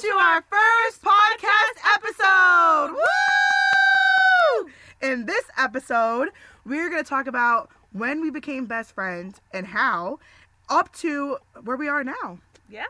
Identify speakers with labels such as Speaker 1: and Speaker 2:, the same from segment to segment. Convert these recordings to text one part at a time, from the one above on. Speaker 1: to our first podcast episode. Woo! In this episode, we're going to talk about when we became best friends and how up to where we are now.
Speaker 2: Yeah.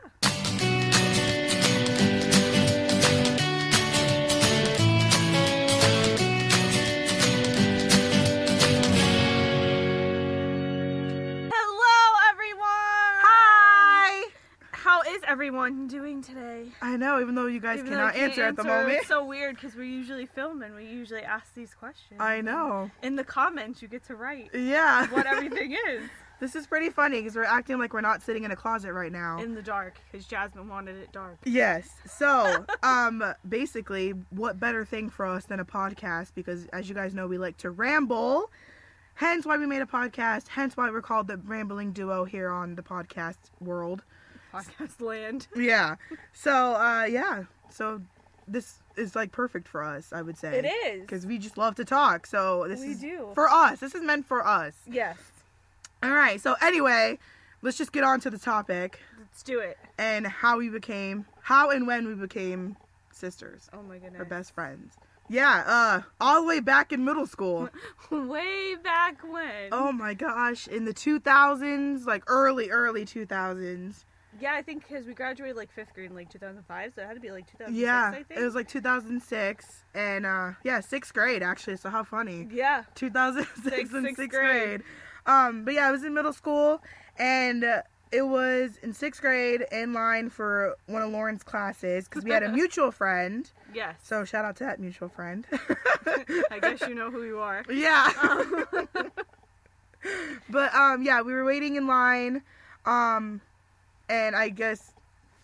Speaker 2: Hello, everyone.
Speaker 1: Hi.
Speaker 2: How is everyone doing today?
Speaker 1: I know, even though you guys
Speaker 2: Even though I
Speaker 1: cannot
Speaker 2: can't
Speaker 1: answer at the moment.
Speaker 2: It's so weird because we usually film and we usually ask these questions.
Speaker 1: I know.
Speaker 2: In the comments, you get to write
Speaker 1: Yeah.
Speaker 2: what everything is
Speaker 1: this is pretty funny because we're acting like we're not sitting in a closet right now.
Speaker 2: in the dark because Jasmine wanted it dark.
Speaker 1: Yes. So, um, basically, what better thing for us than a podcast? Because as you guys know, we like to ramble. Hence why we made a podcast. Hence why we're called the Rambling Duo here on the podcast world.
Speaker 2: Podcast land.
Speaker 1: Yeah. So, uh, yeah. So this is like perfect for us, I would say.
Speaker 2: It is.
Speaker 1: Because we just love to talk. So this
Speaker 2: We
Speaker 1: is
Speaker 2: do.
Speaker 1: for us. This is meant for us.
Speaker 2: Yes.
Speaker 1: All right. So anyway, let's just get on to the topic
Speaker 2: Let's do it.
Speaker 1: and how we became, how and when we became sisters.
Speaker 2: Oh my goodness.
Speaker 1: We're best friends. Yeah, uh, all the way back in middle school.
Speaker 2: Way back when.
Speaker 1: Oh my gosh, in the 2000s, like early, early 2000s.
Speaker 2: Yeah, I think because we graduated like fifth grade in like 2005, so it had to be like 2006, I
Speaker 1: Yeah,
Speaker 2: think.
Speaker 1: it was like 2006, and uh, yeah, sixth grade actually. So how funny,
Speaker 2: Yeah.
Speaker 1: 2006
Speaker 2: Sixth-
Speaker 1: and
Speaker 2: sixth
Speaker 1: sixth grade.
Speaker 2: grade.
Speaker 1: Um, but yeah, I was in middle school, and uh, it was in sixth grade in line for one of Lauren's classes because we had a mutual friend.
Speaker 2: Yes.
Speaker 1: So shout out to that mutual friend.
Speaker 2: I guess you know who you are.
Speaker 1: Yeah.
Speaker 2: Um,
Speaker 1: But um, yeah, we were waiting in line, um, and I guess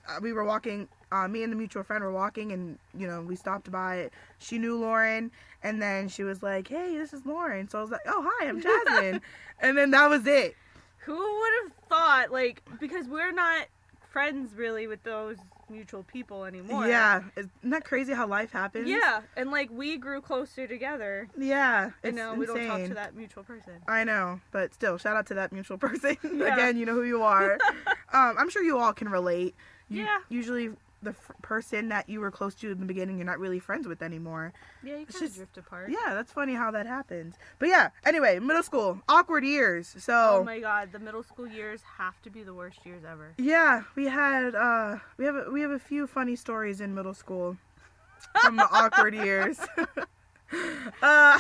Speaker 1: uh, we were walking. Uh, me and the mutual friend were walking, and you know we stopped by. it. She knew Lauren, and then she was like, "Hey, this is Lauren." So I was like, "Oh, hi, I'm Jasmine," and then that was it.
Speaker 2: Who would have thought, like, because we're not friends really with those mutual people anymore.
Speaker 1: Yeah, isn't that crazy how life happens?
Speaker 2: Yeah. And, like, we grew closer together.
Speaker 1: yeah,
Speaker 2: You
Speaker 1: it's
Speaker 2: know,
Speaker 1: insane.
Speaker 2: we don't talk to that mutual person.
Speaker 1: I know, but still, shout out to that mutual person.
Speaker 2: Yeah.
Speaker 1: Again, you know who you are. um, I'm sure you all can relate. You,
Speaker 2: Yeah.
Speaker 1: Usually, the f- person that you were close to in the beginning, you're not really friends with anymore.
Speaker 2: Yeah, you
Speaker 1: It's
Speaker 2: kind
Speaker 1: just-
Speaker 2: of drift apart.
Speaker 1: Yeah, that's funny how that happens. But yeah, anyway, middle school, awkward years. So
Speaker 2: Oh my god, the middle school years have to be the worst years ever.
Speaker 1: yeah, we had uh, we have a, we have a few funny stories in middle school from the awkward years. uh,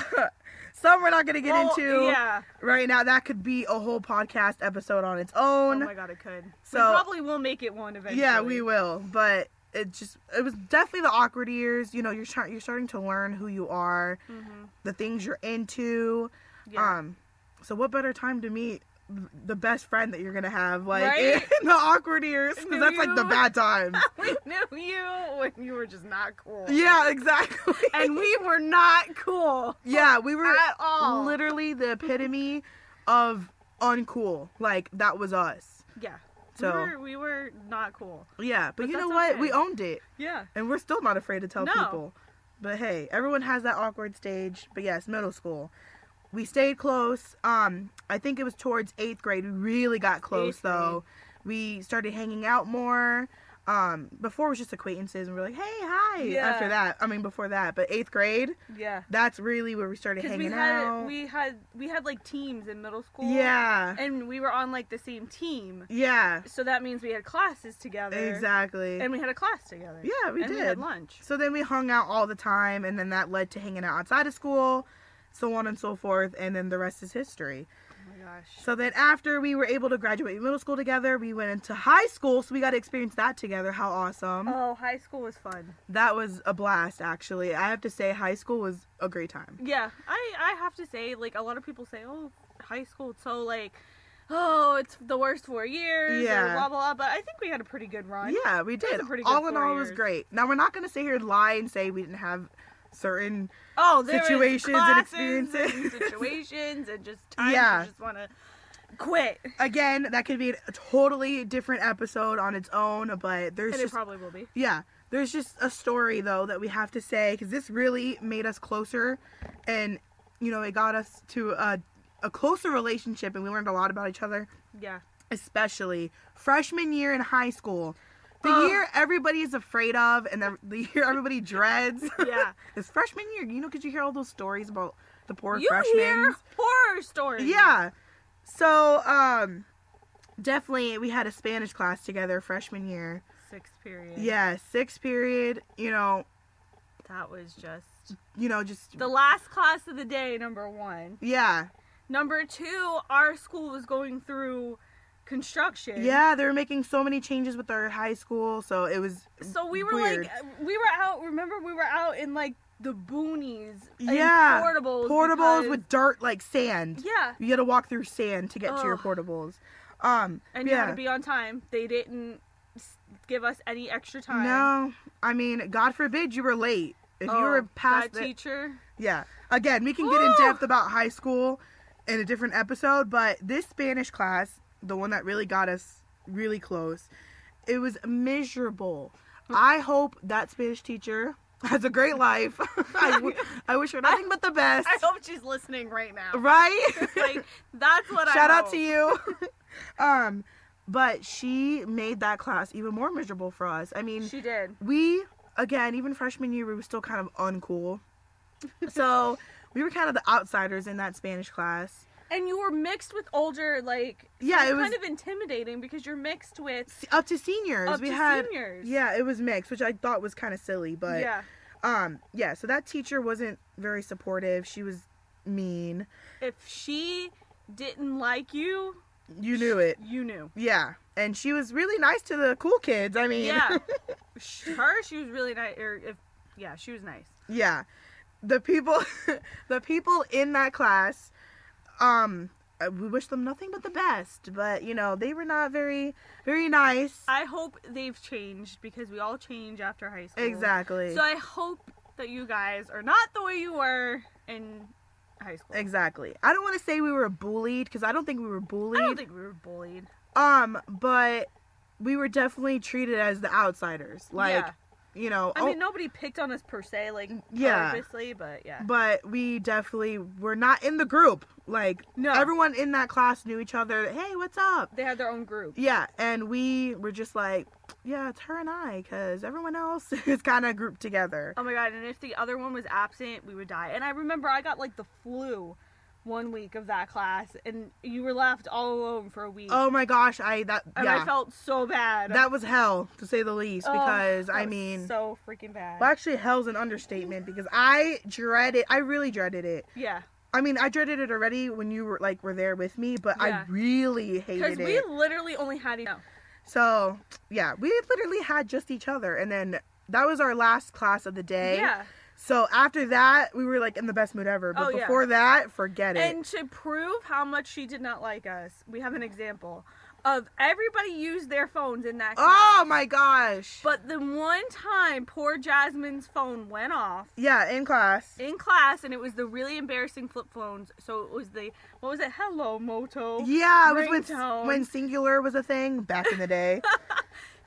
Speaker 1: some we're not gonna get
Speaker 2: Well,
Speaker 1: into
Speaker 2: Oh, Yeah.
Speaker 1: right now. That could be a whole podcast episode on its
Speaker 2: Oh
Speaker 1: own.
Speaker 2: my god, it could. So,
Speaker 1: So-
Speaker 2: probably will make it one eventually.
Speaker 1: Yeah, we will. But it just it was definitely the awkward years. You know, you're trying you're starting to learn who you are,
Speaker 2: Mhm.
Speaker 1: the things you're into.
Speaker 2: Yeah.
Speaker 1: Um so what better time to meet the best friend that you're going to have like
Speaker 2: Right?
Speaker 1: in the awkward years cuz
Speaker 2: Knew
Speaker 1: that's like the
Speaker 2: you.
Speaker 1: bad times.
Speaker 2: we knew you when you were just not cool.
Speaker 1: yeah, exactly.
Speaker 2: And we were not cool
Speaker 1: yeah, we were
Speaker 2: at all.
Speaker 1: literally the epitome of uncool. Like that was us.
Speaker 2: yeah.
Speaker 1: So-
Speaker 2: we were, we were not cool.
Speaker 1: Yeah, but,
Speaker 2: But
Speaker 1: you know
Speaker 2: that's
Speaker 1: what?
Speaker 2: okay.
Speaker 1: We owned it.
Speaker 2: Yeah.
Speaker 1: And we're still not afraid to tell
Speaker 2: No.
Speaker 1: people. But hey, everyone has that awkward stage. But yes, middle school. We stayed close. Um, I think it was towards eighth grade. We really got close
Speaker 2: Eighth
Speaker 1: though. We started hanging out more. Um, before it was just acquaintances and we were like, Hey, hi
Speaker 2: Yeah.
Speaker 1: after that. I mean before that, but eighth grade,
Speaker 2: Yeah.
Speaker 1: that's really where we started
Speaker 2: Because
Speaker 1: hanging
Speaker 2: we had
Speaker 1: out.
Speaker 2: we had we had like teams in middle school.
Speaker 1: yeah.
Speaker 2: And we were on like the same team.
Speaker 1: Yeah.
Speaker 2: So that means we had classes together.
Speaker 1: Exactly.
Speaker 2: And we had a class together.
Speaker 1: yeah, we
Speaker 2: and
Speaker 1: did.
Speaker 2: we had lunch.
Speaker 1: So then we hung out all the time, and then that led to hanging out outside of school, so on and so forth, and then the rest is history.
Speaker 2: Oh my gosh.
Speaker 1: So then after we were able to graduate middle school together, we went into high school, so we got to experience that together. How awesome!
Speaker 2: Oh, high school was fun.
Speaker 1: That was a blast, actually. I have to say, high school was a great time.
Speaker 2: Yeah, I I have to say, like a lot of people say, oh, high school, it's so like, oh, it's the worst four years. or
Speaker 1: Yeah.
Speaker 2: blah blah. But I think we had a pretty good run.
Speaker 1: Yeah, we
Speaker 2: was
Speaker 1: did.
Speaker 2: a pretty good
Speaker 1: All in
Speaker 2: four
Speaker 1: all, it was
Speaker 2: years.
Speaker 1: great. Now we're not gonna sit here and lie and say we didn't have certain
Speaker 2: Oh, there was
Speaker 1: Situations and
Speaker 2: classes
Speaker 1: experiences.
Speaker 2: and situations, and just times
Speaker 1: Yeah.
Speaker 2: you just want to quit.
Speaker 1: again that could be a totally different episode on its own but there's
Speaker 2: and it
Speaker 1: just
Speaker 2: probably will be.
Speaker 1: yeah there's just a story though that we have to say because this really made us closer and you know it got us to a, a closer relationship and we learned a lot about each other
Speaker 2: Yeah.
Speaker 1: especially freshman year in high school The
Speaker 2: Ugh.
Speaker 1: year everybody is afraid of and the, the year everybody dreads
Speaker 2: Yeah.
Speaker 1: is freshman year. You know, because you hear all those stories about the poor
Speaker 2: you
Speaker 1: freshmen.
Speaker 2: hear horror stories.
Speaker 1: Yeah. So, um, definitely we had a Spanish class together freshman year.
Speaker 2: Sixth period.
Speaker 1: Yeah, sixth period, you know,
Speaker 2: That was just
Speaker 1: you know, just,
Speaker 2: the last class of the day, number one.
Speaker 1: yeah.
Speaker 2: Number two, our school was going through construction.
Speaker 1: Yeah, they were making so many changes with our high school, so it was,
Speaker 2: So we were
Speaker 1: Weird.
Speaker 2: like, we were out. Remember, we were out in like the boonies. in
Speaker 1: Yeah.
Speaker 2: Portables.
Speaker 1: portables
Speaker 2: because-
Speaker 1: with dirt like sand.
Speaker 2: Yeah,
Speaker 1: You gotta walk through sand to get to your
Speaker 2: Ugh.
Speaker 1: portables. Um,
Speaker 2: and you had to be on time. They didn't s- give us any extra time.
Speaker 1: No, I mean, God forbid you were late. If you
Speaker 2: Oh,
Speaker 1: were past
Speaker 2: that
Speaker 1: the-
Speaker 2: teacher.
Speaker 1: yeah. Again, we can get in
Speaker 2: Ooh.
Speaker 1: depth about high school in a different episode, but this Spanish class, the one that really got us really close, it was miserable. I hope that Spanish teacher has a great life. I, w- I wish her nothing but the best.
Speaker 2: I hope she's listening right now.
Speaker 1: Right?
Speaker 2: like that's what I
Speaker 1: Shout out
Speaker 2: hope.
Speaker 1: to you. um, but she made that class even more miserable for us. I mean,
Speaker 2: She did.
Speaker 1: we again even freshman year we were still kind of uncool so we were kind of the outsiders in that spanish class
Speaker 2: And you were mixed with older, like
Speaker 1: yeah it was
Speaker 2: kind of intimidating because you're mixed with
Speaker 1: s- up to seniors
Speaker 2: up
Speaker 1: we
Speaker 2: to
Speaker 1: had
Speaker 2: seniors.
Speaker 1: yeah it was mixed which i thought was kind of silly but
Speaker 2: yeah.
Speaker 1: um yeah so that teacher wasn't very supportive she was mean
Speaker 2: If she didn't like you,
Speaker 1: you knew it
Speaker 2: you knew.
Speaker 1: yeah and she was really nice to the cool kids i mean
Speaker 2: Yeah. Sh- Her, she was really nice. Or if, yeah, she was nice.
Speaker 1: Yeah. The people the people in that class um uh, we wish them nothing but the best, but you know, they were not very very nice.
Speaker 2: I hope they've changed because we all change after high school.
Speaker 1: Exactly.
Speaker 2: So I hope that you guys are not the way you were in high school.
Speaker 1: exactly. I don't want to say we were bullied cuz I don't think we were
Speaker 2: I
Speaker 1: bullied.
Speaker 2: don't think we were bullied.
Speaker 1: um but we were definitely treated as the outsiders. Like,
Speaker 2: Yeah.
Speaker 1: you know,
Speaker 2: I
Speaker 1: oh- Mm,
Speaker 2: mean, nobody picked on us per se, like
Speaker 1: Yeah.
Speaker 2: purposely, but yeah.
Speaker 1: but we definitely were not in the group. Like
Speaker 2: No.
Speaker 1: everyone in that class knew each other. Hey, what's up?
Speaker 2: They had their own group.
Speaker 1: Yeah, and we were just like, yeah, it's her and I, because everyone else is kind of grouped together.
Speaker 2: Oh my god! And if the other one was absent, we would die. And I remember I got like the flu one week of that class, and you were left all alone for a week.
Speaker 1: Oh my gosh, I that
Speaker 2: and I
Speaker 1: yeah,
Speaker 2: felt so bad.
Speaker 1: that was hell to say the least.
Speaker 2: Oh,
Speaker 1: Because
Speaker 2: that
Speaker 1: I
Speaker 2: was
Speaker 1: mean,
Speaker 2: so freaking bad.
Speaker 1: well, actually, hell's an understatement because I dreaded, I really dreaded it.
Speaker 2: Yeah,
Speaker 1: I mean, I dreaded it already when you were like were there with me, but
Speaker 2: Yeah.
Speaker 1: I really
Speaker 2: because
Speaker 1: hated
Speaker 2: we
Speaker 1: it.
Speaker 2: literally only had you know,
Speaker 1: So yeah, we literally had just each other, and then that was our last class of the day.
Speaker 2: yeah,
Speaker 1: So after that, we were like in the best mood ever. But
Speaker 2: Oh, yeah.
Speaker 1: before that, forget it.
Speaker 2: and to prove how much she did not like us, we have an example of everybody used their phones in that. class.
Speaker 1: Oh my gosh.
Speaker 2: But the one time poor Jasmine's phone went off
Speaker 1: yeah, in class.
Speaker 2: in class, and it was the really embarrassing flip phones. So it was the what was it? Hello Moto.
Speaker 1: Yeah, it was
Speaker 2: Ringtone.
Speaker 1: when, when Singular was a thing back in the day.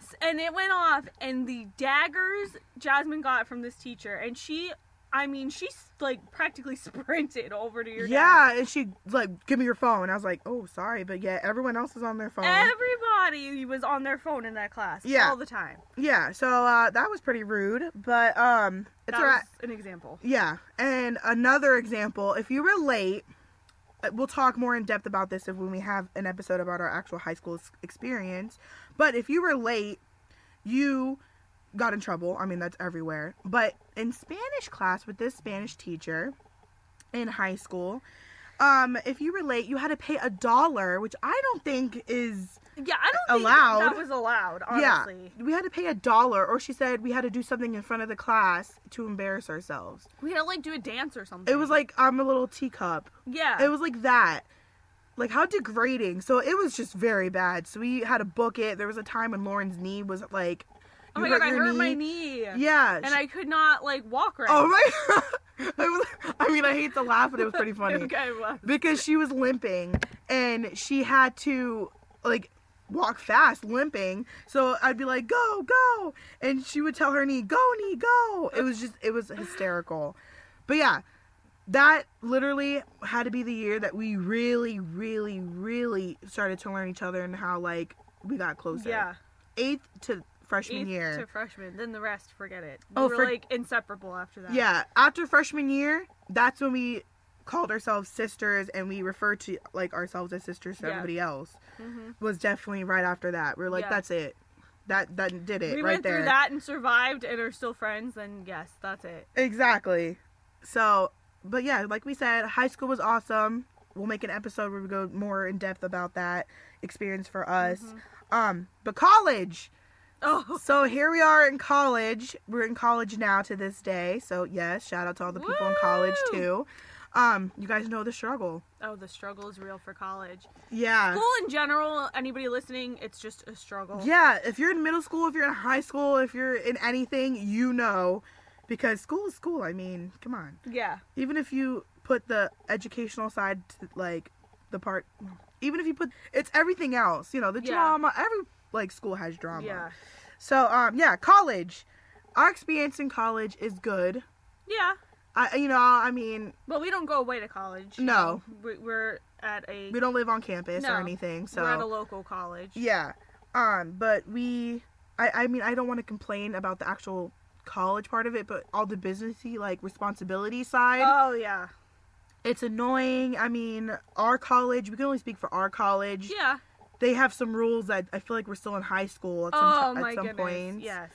Speaker 2: S- And it went off, and the daggers Jasmine got from this teacher, and she, I mean, she s- like practically sprinted over to your. desk.
Speaker 1: yeah, and she like, give me your phone. I was like, oh, sorry, but yeah, everyone else is on their phone.
Speaker 2: Everybody was on their phone in that class
Speaker 1: Uh-huh. Yeah.
Speaker 2: all the time.
Speaker 1: yeah, so uh, that was pretty rude, but um, it's
Speaker 2: that
Speaker 1: all right.
Speaker 2: was an example.
Speaker 1: Yeah, and another example, if you were late, uh, we'll talk more in depth about this if when we have an episode about our actual high school s- experience. But if you were late, you got in trouble. I mean, that's everywhere. But in Spanish class with this Spanish teacher in high school, um, if you were late, you had to pay a dollar, which I don't think is
Speaker 2: Yeah, I don't
Speaker 1: Allowed.
Speaker 2: think that was allowed. Honestly,
Speaker 1: yeah. We had to pay a dollar, or she said we had to do something in front of the class to embarrass ourselves.
Speaker 2: we had to like do a dance or something.
Speaker 1: It was like I'm a little teacup.
Speaker 2: yeah,
Speaker 1: It was like that. Like how degrading. So it was just very bad. So we had to book it. There was a time when Lauren's knee was like
Speaker 2: Oh
Speaker 1: you
Speaker 2: my god, I
Speaker 1: your
Speaker 2: hurt my knee.
Speaker 1: Yeah.
Speaker 2: And I could not like walk right.
Speaker 1: Oh my I, was- I mean I hate to laugh, but it was pretty funny.
Speaker 2: okay, well,
Speaker 1: Because she was limping and she had to like walk fast limping. So I'd be like, Go, go and she would tell her knee, Go knee, go. It was just it was hysterical. But yeah, that literally had to be the year that we really, really, really started to learn each other and how like we got closer.
Speaker 2: yeah.
Speaker 1: Eighth to freshman
Speaker 2: eighth
Speaker 1: year.
Speaker 2: to freshman. Then the rest, forget it. We
Speaker 1: Oh,
Speaker 2: were
Speaker 1: for-
Speaker 2: like inseparable after that.
Speaker 1: Yeah, after freshman year, that's when we called ourselves sisters and we referred to like ourselves as sisters to
Speaker 2: Yeah.
Speaker 1: everybody else.
Speaker 2: Mhm.
Speaker 1: Was definitely right after that. We are like,
Speaker 2: Yeah.
Speaker 1: that's it. That that did it
Speaker 2: we
Speaker 1: right
Speaker 2: went
Speaker 1: there.
Speaker 2: through that and survived and are still friends. Then yes, that's it.
Speaker 1: Exactly. So, but yeah, like we said, high school was awesome. We'll make an episode where we go more in depth about that experience for us.
Speaker 2: Mhm.
Speaker 1: Um, but college.
Speaker 2: Oh,
Speaker 1: So here we are in college. We're in college now to this day. So yes, shout out to all the people in college
Speaker 2: Woo!
Speaker 1: too. Um, you guys know the struggle.
Speaker 2: oh, the struggle is real for college.
Speaker 1: Yeah.
Speaker 2: School in general, anybody listening, it's just a struggle.
Speaker 1: Yeah, if you're in middle school, if you're in high school, if you're in anything, you know because school is school. I mean, come on.
Speaker 2: Yeah.
Speaker 1: Even if you put the educational side to like the part even if you put it's everything else, you know, the
Speaker 2: Yeah.
Speaker 1: drama, every like school has drama.
Speaker 2: Yeah.
Speaker 1: So um yeah, college. Our experience in college is good.
Speaker 2: Yeah.
Speaker 1: I you know, I mean,
Speaker 2: But we don't go away to college. you
Speaker 1: No.
Speaker 2: know. We- We're at a
Speaker 1: we don't live on campus
Speaker 2: No,
Speaker 1: or anything so
Speaker 2: we're at a local college.
Speaker 1: yeah um but we i i mean i don't want to complain about the actual college part of it but all the businessy like responsibility side
Speaker 2: Oh yeah.
Speaker 1: it's annoying i mean our college we can only speak for our college
Speaker 2: Yeah.
Speaker 1: they have some rules that i feel like we're still in high school at some,
Speaker 2: Oh
Speaker 1: ti-
Speaker 2: my
Speaker 1: at some
Speaker 2: goodness.
Speaker 1: points
Speaker 2: Yes.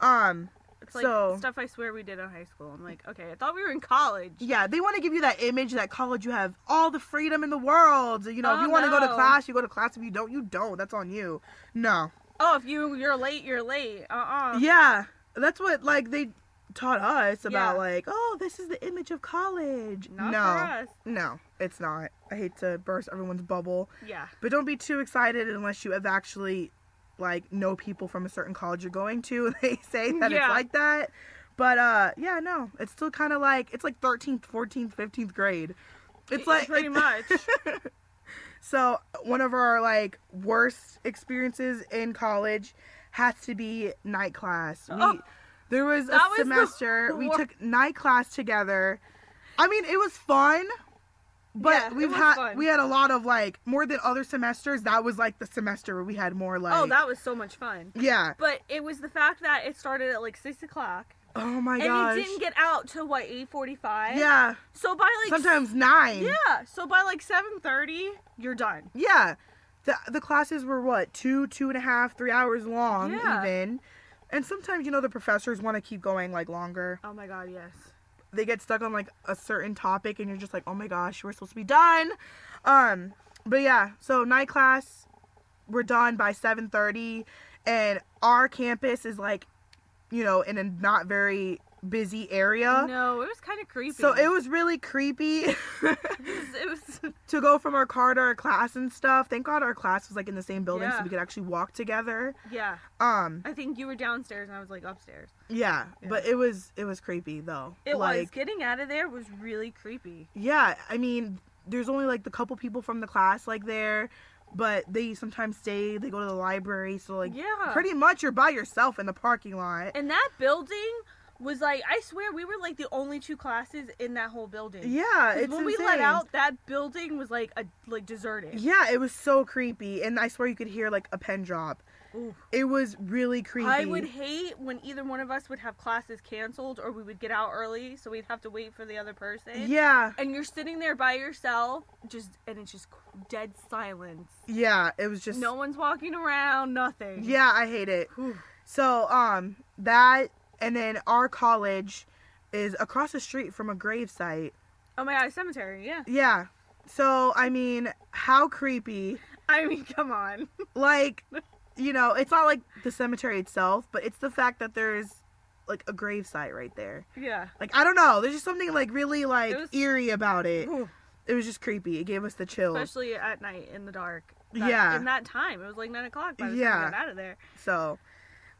Speaker 1: um
Speaker 2: It's like
Speaker 1: So-
Speaker 2: stuff I swear we did in high school. I'm like, okay, I thought we were in college.
Speaker 1: yeah, they want to give you that image that college you have all the freedom in the world. You know, if
Speaker 2: Oh,
Speaker 1: you want to go to
Speaker 2: no.
Speaker 1: class, you go to class. If you don't, you don't. That's on you. No,
Speaker 2: Oh, if you you're late, you're late. Uh uh
Speaker 1: Yeah, that's what like they taught us about
Speaker 2: Yeah.
Speaker 1: like, oh, this is the image of college.
Speaker 2: Not
Speaker 1: no.
Speaker 2: for us.
Speaker 1: No, it's not. I hate to burst everyone's bubble,
Speaker 2: Yeah.
Speaker 1: but don't be too excited unless you have actually like know people from a certain college you're going to and they say that
Speaker 2: Yeah.
Speaker 1: it's like that. But uh yeah, no. It's still kind of like it's like 13th, 14th, 15th grade. It's
Speaker 2: It-
Speaker 1: like
Speaker 2: pretty much.
Speaker 1: so one of our like worst experiences in college has to be night class. We,
Speaker 2: Oh.
Speaker 1: there was a
Speaker 2: That was the
Speaker 1: semester we
Speaker 2: wor-
Speaker 1: took night class together. I mean, it was fun, but
Speaker 2: Yeah, it
Speaker 1: we've
Speaker 2: was
Speaker 1: had
Speaker 2: fun.
Speaker 1: we had a lot of like more than other semesters. That was like the semester where we had more like
Speaker 2: oh, that was so much fun.
Speaker 1: yeah.
Speaker 2: But it was the fact that it started at like six o'clock,
Speaker 1: Oh my
Speaker 2: and
Speaker 1: gosh.
Speaker 2: you didn't get out till what eight forty five.
Speaker 1: yeah,
Speaker 2: So by like
Speaker 1: sometimes nine.
Speaker 2: Yeah. So by like seven thirty, you're done.
Speaker 1: Yeah. The, the classes were what two two and a half three hours long
Speaker 2: Yeah.
Speaker 1: even and sometimes you know the professors want to keep going like longer
Speaker 2: Oh my god, yes.
Speaker 1: they get stuck on like a certain topic and you're just like oh my gosh we're supposed to be done um but yeah so night class we're done by 7.30 and our campus is like you know in a not very busy area
Speaker 2: No, it was kind of creepy.
Speaker 1: so it was really creepy
Speaker 2: it was
Speaker 1: to go from our car to our class and stuff. Thank God our class was like in the same building so
Speaker 2: Yeah.
Speaker 1: we could actually walk together.
Speaker 2: yeah.
Speaker 1: Um
Speaker 2: I think you were downstairs and I was like upstairs.
Speaker 1: yeah,
Speaker 2: Yeah.
Speaker 1: but it was it was creepy though.
Speaker 2: It was
Speaker 1: like
Speaker 2: getting out of there was really creepy.
Speaker 1: yeah, I mean there's only like the couple people from the class like there, but they sometimes stay, they go to the library, so like
Speaker 2: yeah.
Speaker 1: pretty much you're by yourself in the parking lot.
Speaker 2: And that building was like I swear we were like the only two classes in that whole building. 'Cause
Speaker 1: yeah, it's
Speaker 2: when we
Speaker 1: insane.
Speaker 2: let out, that building was like a like deserted.
Speaker 1: Yeah, it was so creepy and I swear you could hear like a pen drop.
Speaker 2: Oof.
Speaker 1: It was really creepy.
Speaker 2: I would hate when either one of us would have classes canceled or we would get out early, so we'd have to wait for the other person.
Speaker 1: Yeah.
Speaker 2: And you're sitting there by yourself, just and it's just qu- dead silence.
Speaker 1: Yeah, it was just
Speaker 2: No one's walking around, nothing.
Speaker 1: Yeah, I hate it.
Speaker 2: Whew.
Speaker 1: So, um, that and then our college is across the street from a gravesite.
Speaker 2: Oh my god, cemetery. Yeah.
Speaker 1: Yeah. So, I mean, how creepy.
Speaker 2: I mean, come on.
Speaker 1: Like, you know, it's not like the cemetery itself, but it's the fact that there's like a gravesite right there.
Speaker 2: Yeah.
Speaker 1: Like, I don't know. There's just something like really like
Speaker 2: was-
Speaker 1: eerie about it.
Speaker 2: Whew.
Speaker 1: It was just creepy. It gave us the chills.
Speaker 2: Especially at night in the dark. That-
Speaker 1: Yeah.
Speaker 2: In that time, it was like nine o'clock. By the
Speaker 1: Yeah.
Speaker 2: time we got out of there.
Speaker 1: So,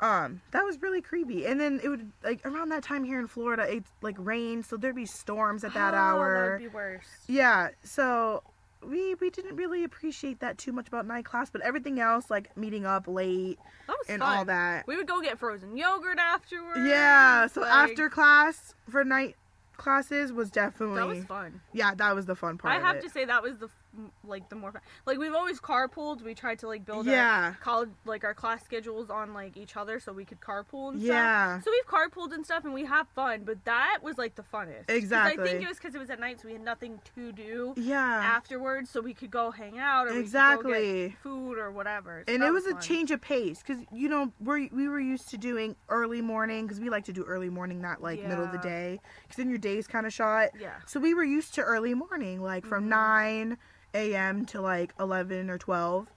Speaker 1: um, that was really creepy. And then it would like around that time here in Florida, it like rained, so there'd be storms at that
Speaker 2: Oh,
Speaker 1: hour.
Speaker 2: That'd be worse.
Speaker 1: Yeah, so we we didn't really appreciate that too much about night class, but everything else like meeting up late
Speaker 2: That was
Speaker 1: and
Speaker 2: fun.
Speaker 1: all that.
Speaker 2: We would go get frozen yogurt afterwards.
Speaker 1: Yeah, so
Speaker 2: like,
Speaker 1: after class for night classes was definitely
Speaker 2: That was fun.
Speaker 1: yeah that was the fun part.
Speaker 2: I
Speaker 1: of
Speaker 2: have
Speaker 1: it.
Speaker 2: to say that was the m- like the more fun. Like we've always carpooled. We tried to like build
Speaker 1: Yeah.
Speaker 2: our college like our class schedules on like each other so we could carpool and
Speaker 1: Yeah.
Speaker 2: stuff. So we've carpooled and stuff and we have fun, but that was like the funnest. 'Cause I
Speaker 1: Exactly.
Speaker 2: think it was cuz it was at night so we had nothing to do
Speaker 1: Yeah.
Speaker 2: afterwards so we could go hang out or we could go
Speaker 1: Exactly.
Speaker 2: get food or whatever. So
Speaker 1: And
Speaker 2: that
Speaker 1: it was a
Speaker 2: fun.
Speaker 1: change of pace because you know we we were used to doing early morning because we like to do early morning, not like middle of the
Speaker 2: Yeah.
Speaker 1: day, because then your day's kind of shot.
Speaker 2: Yeah.
Speaker 1: So we were used to early morning, like from
Speaker 2: Mhm.
Speaker 1: 9 a.m. to like 11 or 12.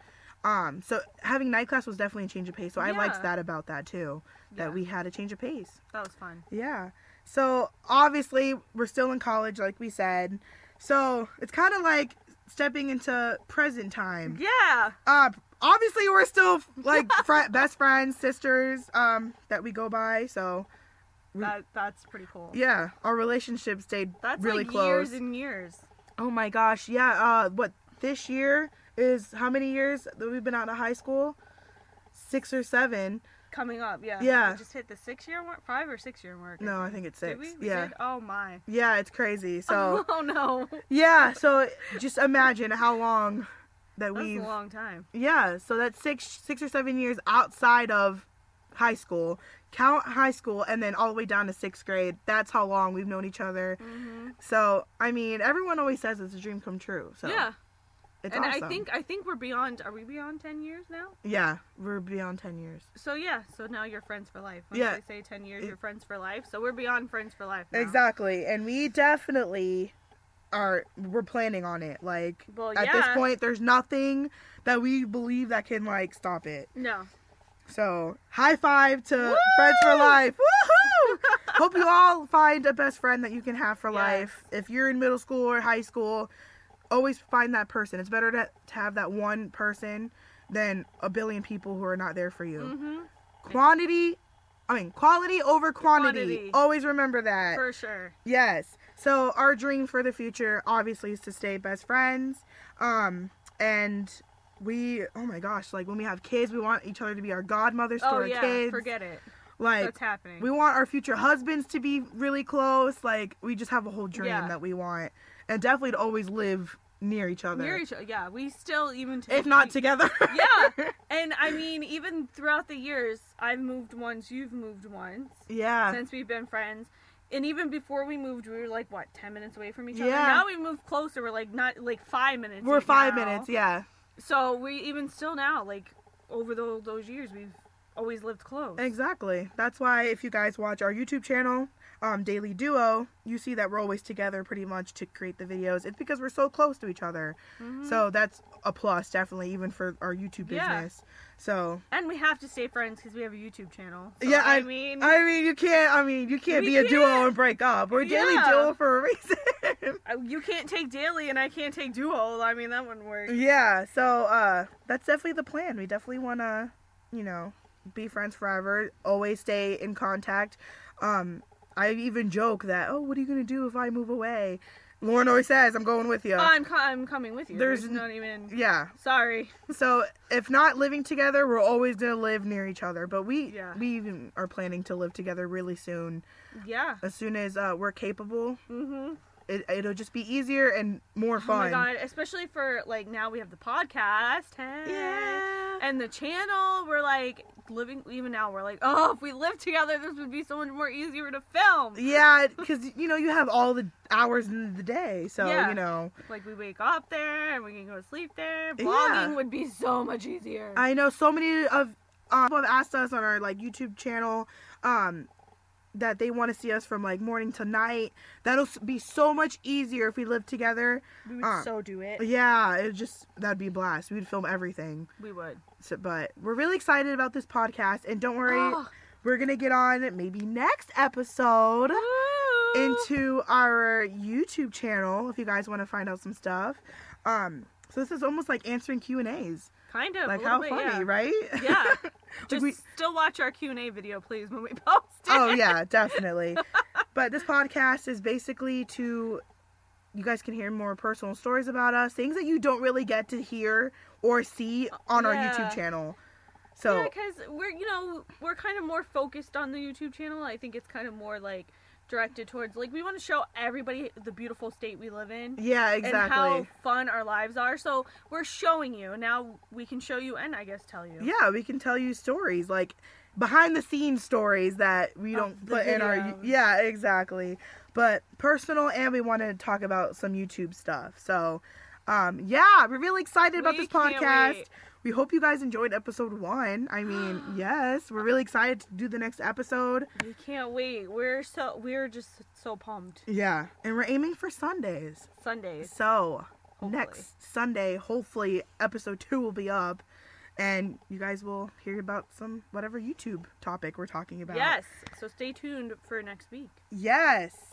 Speaker 1: Um, so having night class was definitely a change of pace. So I
Speaker 2: Yeah.
Speaker 1: liked that about that too, that
Speaker 2: Yeah.
Speaker 1: we had a change of pace.
Speaker 2: That was fun.
Speaker 1: Yeah. So obviously we're still in college, like we said. So it's kind of like stepping into present time.
Speaker 2: Yeah.
Speaker 1: Uh, obviously we're still like fri best friends, sisters, um, that we go by. So We-
Speaker 2: That that's pretty cool.
Speaker 1: yeah, our relationship stayed
Speaker 2: That's
Speaker 1: really
Speaker 2: like
Speaker 1: close.
Speaker 2: years and years.
Speaker 1: Oh my gosh, yeah. Uh, what this year is how many years that we've been out of high school? Six or seven?
Speaker 2: Coming up, yeah.
Speaker 1: Yeah.
Speaker 2: We just hit the six year mark, five or six year mark.
Speaker 1: No, I think it's
Speaker 2: Did
Speaker 1: six.
Speaker 2: we? We
Speaker 1: yeah,
Speaker 2: did? Oh my.
Speaker 1: yeah, it's crazy. So
Speaker 2: oh no,
Speaker 1: yeah, so just imagine how long that
Speaker 2: that was a
Speaker 1: we've
Speaker 2: long time.
Speaker 1: yeah. So that's six, six or seven years outside of high school. Count high school and then all the way down to sixth grade. That's how long we've known each other.
Speaker 2: hmm
Speaker 1: So I mean, everyone always says it's a dream come true. So
Speaker 2: yeah,
Speaker 1: it's
Speaker 2: and
Speaker 1: awesome.
Speaker 2: I think I think we're beyond. Are we beyond ten years now?
Speaker 1: yeah, we're beyond ten years.
Speaker 2: So yeah, so now you're friends for life. Once
Speaker 1: Yeah.
Speaker 2: they say ten years,
Speaker 1: It-
Speaker 2: you're friends for life. So we're beyond friends for life. Now.
Speaker 1: Exactly. And we definitely are we're planning on it. Like
Speaker 2: Well,
Speaker 1: at this
Speaker 2: yeah.
Speaker 1: point there's nothing that we believe that can like stop it.
Speaker 2: No.
Speaker 1: So, high five to
Speaker 2: Woo!
Speaker 1: friends for life. Woohoo! Hope you all find a best friend that you can have for
Speaker 2: Yes.
Speaker 1: life. If you're in middle school or high school, always find that person. It's better to, to have that one person than a billion people who are not there for you.
Speaker 2: hmm
Speaker 1: Quantity I mean, quality over quantity.
Speaker 2: Quantity.
Speaker 1: Always remember that.
Speaker 2: For sure.
Speaker 1: Yes. So our dream for the future obviously is to stay best friends. Um and we oh my gosh, like when we have kids, we want each other to be our godmothers to
Speaker 2: Oh
Speaker 1: our
Speaker 2: yeah.
Speaker 1: kids.
Speaker 2: Forget it.
Speaker 1: like
Speaker 2: That's happening.
Speaker 1: we want our future husbands to be really close. Like we just have a whole dream
Speaker 2: Yeah.
Speaker 1: that we want. And definitely to always live near each other.
Speaker 2: Near each other. Yeah. We still even.
Speaker 1: if not together.
Speaker 2: yeah. And I mean, even throughout the years, I've moved once. You've moved once.
Speaker 1: yeah.
Speaker 2: since we've been friends. And even before we moved, we were like what ten minutes away from each other.
Speaker 1: Yeah.
Speaker 2: Now we moved closer. We're like not like five minutes.
Speaker 1: We're
Speaker 2: like,
Speaker 1: five
Speaker 2: now.
Speaker 1: minutes, yeah.
Speaker 2: So we even still now like over tho- those years we've always lived close.
Speaker 1: Exactly. That's why if you guys watch our YouTube channel, um, Daily Duo, you see that we're always together pretty much to create the videos. It's because we're so close to each other.
Speaker 2: Mhm.
Speaker 1: So that's a plus, definitely, even for our YouTube
Speaker 2: Yeah.
Speaker 1: business. So
Speaker 2: and we have to stay friends because we have a YouTube channel. So,
Speaker 1: yeah, I,
Speaker 2: I, mean, I,
Speaker 1: I mean, you can't. I mean, you can't
Speaker 2: We
Speaker 1: be a duo
Speaker 2: can't.
Speaker 1: and break up. We're Daily
Speaker 2: Yeah.
Speaker 1: Duo for a reason.
Speaker 2: you can't take daily and I can't take duo. I mean that wouldn't work.
Speaker 1: yeah. So uh, that's definitely the plan. We definitely wanna, you know, be friends forever. Always stay in contact. Um, I even joke that, oh, what are you gonna do if I move away? Lauren always says, I'm going with you.
Speaker 2: I'm co- I'm coming with you.
Speaker 1: There's
Speaker 2: There's,
Speaker 1: n-
Speaker 2: not even.
Speaker 1: yeah.
Speaker 2: Sorry.
Speaker 1: So if not living together, we're always gonna live near each other. But we
Speaker 2: Yeah.
Speaker 1: we even are planning to live together really soon.
Speaker 2: Yeah.
Speaker 1: As soon as uh, we're capable,
Speaker 2: Mm-hmm.
Speaker 1: it, it'll just be easier and more
Speaker 2: Oh my
Speaker 1: fun.
Speaker 2: god! Especially for like now we have the podcast. Hey.
Speaker 1: Yeah.
Speaker 2: and the channel we're like living even now we're like oh if we lived together this would be so much more easier to film
Speaker 1: Yeah, because you know you have all the hours in the day, so
Speaker 2: Yeah.
Speaker 1: you know
Speaker 2: like we wake up there and we can go to sleep there
Speaker 1: Yeah.
Speaker 2: vlogging would be so much easier
Speaker 1: I know so many of um, people have asked us on our like YouTube channel um, that they want to see us from like morning to night. That'll s- be so much easier if we live together.
Speaker 2: we would
Speaker 1: uh,
Speaker 2: so do it
Speaker 1: Yeah, it just that'd be a blast. We'd film everything.
Speaker 2: we would
Speaker 1: So, but we're really excited about this podcast, and don't worry,
Speaker 2: Oh,
Speaker 1: we're gonna get on maybe next episode
Speaker 2: woo.
Speaker 1: into our YouTube channel if you guys want to find out some stuff. Um, so this is almost like answering Q and A's.
Speaker 2: kind of
Speaker 1: Like
Speaker 2: a
Speaker 1: how
Speaker 2: little bit,
Speaker 1: funny,
Speaker 2: yeah.
Speaker 1: right?
Speaker 2: yeah
Speaker 1: Like
Speaker 2: just
Speaker 1: we-
Speaker 2: still watch our q&a video please when we post it
Speaker 1: oh yeah, definitely. but this podcast is basically to you guys can hear more personal stories about us, things that you don't really get to hear or see on our
Speaker 2: Yeah.
Speaker 1: YouTube channel. So
Speaker 2: because we're you know we're kind of more focused on the YouTube channel. I think it's kind of more like directed towards like we want to show everybody the beautiful state we live in
Speaker 1: Yeah,
Speaker 2: and
Speaker 1: exactly.
Speaker 2: how fun our lives are. So we're showing you now. We can show you and I guess tell you.
Speaker 1: yeah, we can tell you stories like behind the scenes stories that we
Speaker 2: Of
Speaker 1: don't
Speaker 2: the
Speaker 1: put in our
Speaker 2: videos.
Speaker 1: yeah exactly but personal and we want to talk about some youtube stuff so um yeah we're really excited about
Speaker 2: We
Speaker 1: this
Speaker 2: can't
Speaker 1: podcast
Speaker 2: wait.
Speaker 1: we hope you guys enjoyed episode one i mean yes we're really excited to do the next episode
Speaker 2: We can't wait. We're so we're just so pumped.
Speaker 1: yeah and we're aiming for sundays
Speaker 2: Sundays.
Speaker 1: so
Speaker 2: Hopefully.
Speaker 1: next sunday hopefully episode two will be up and you guys will hear about some whatever youtube topic we're talking about
Speaker 2: Yes. So stay tuned for next week.
Speaker 1: Yes.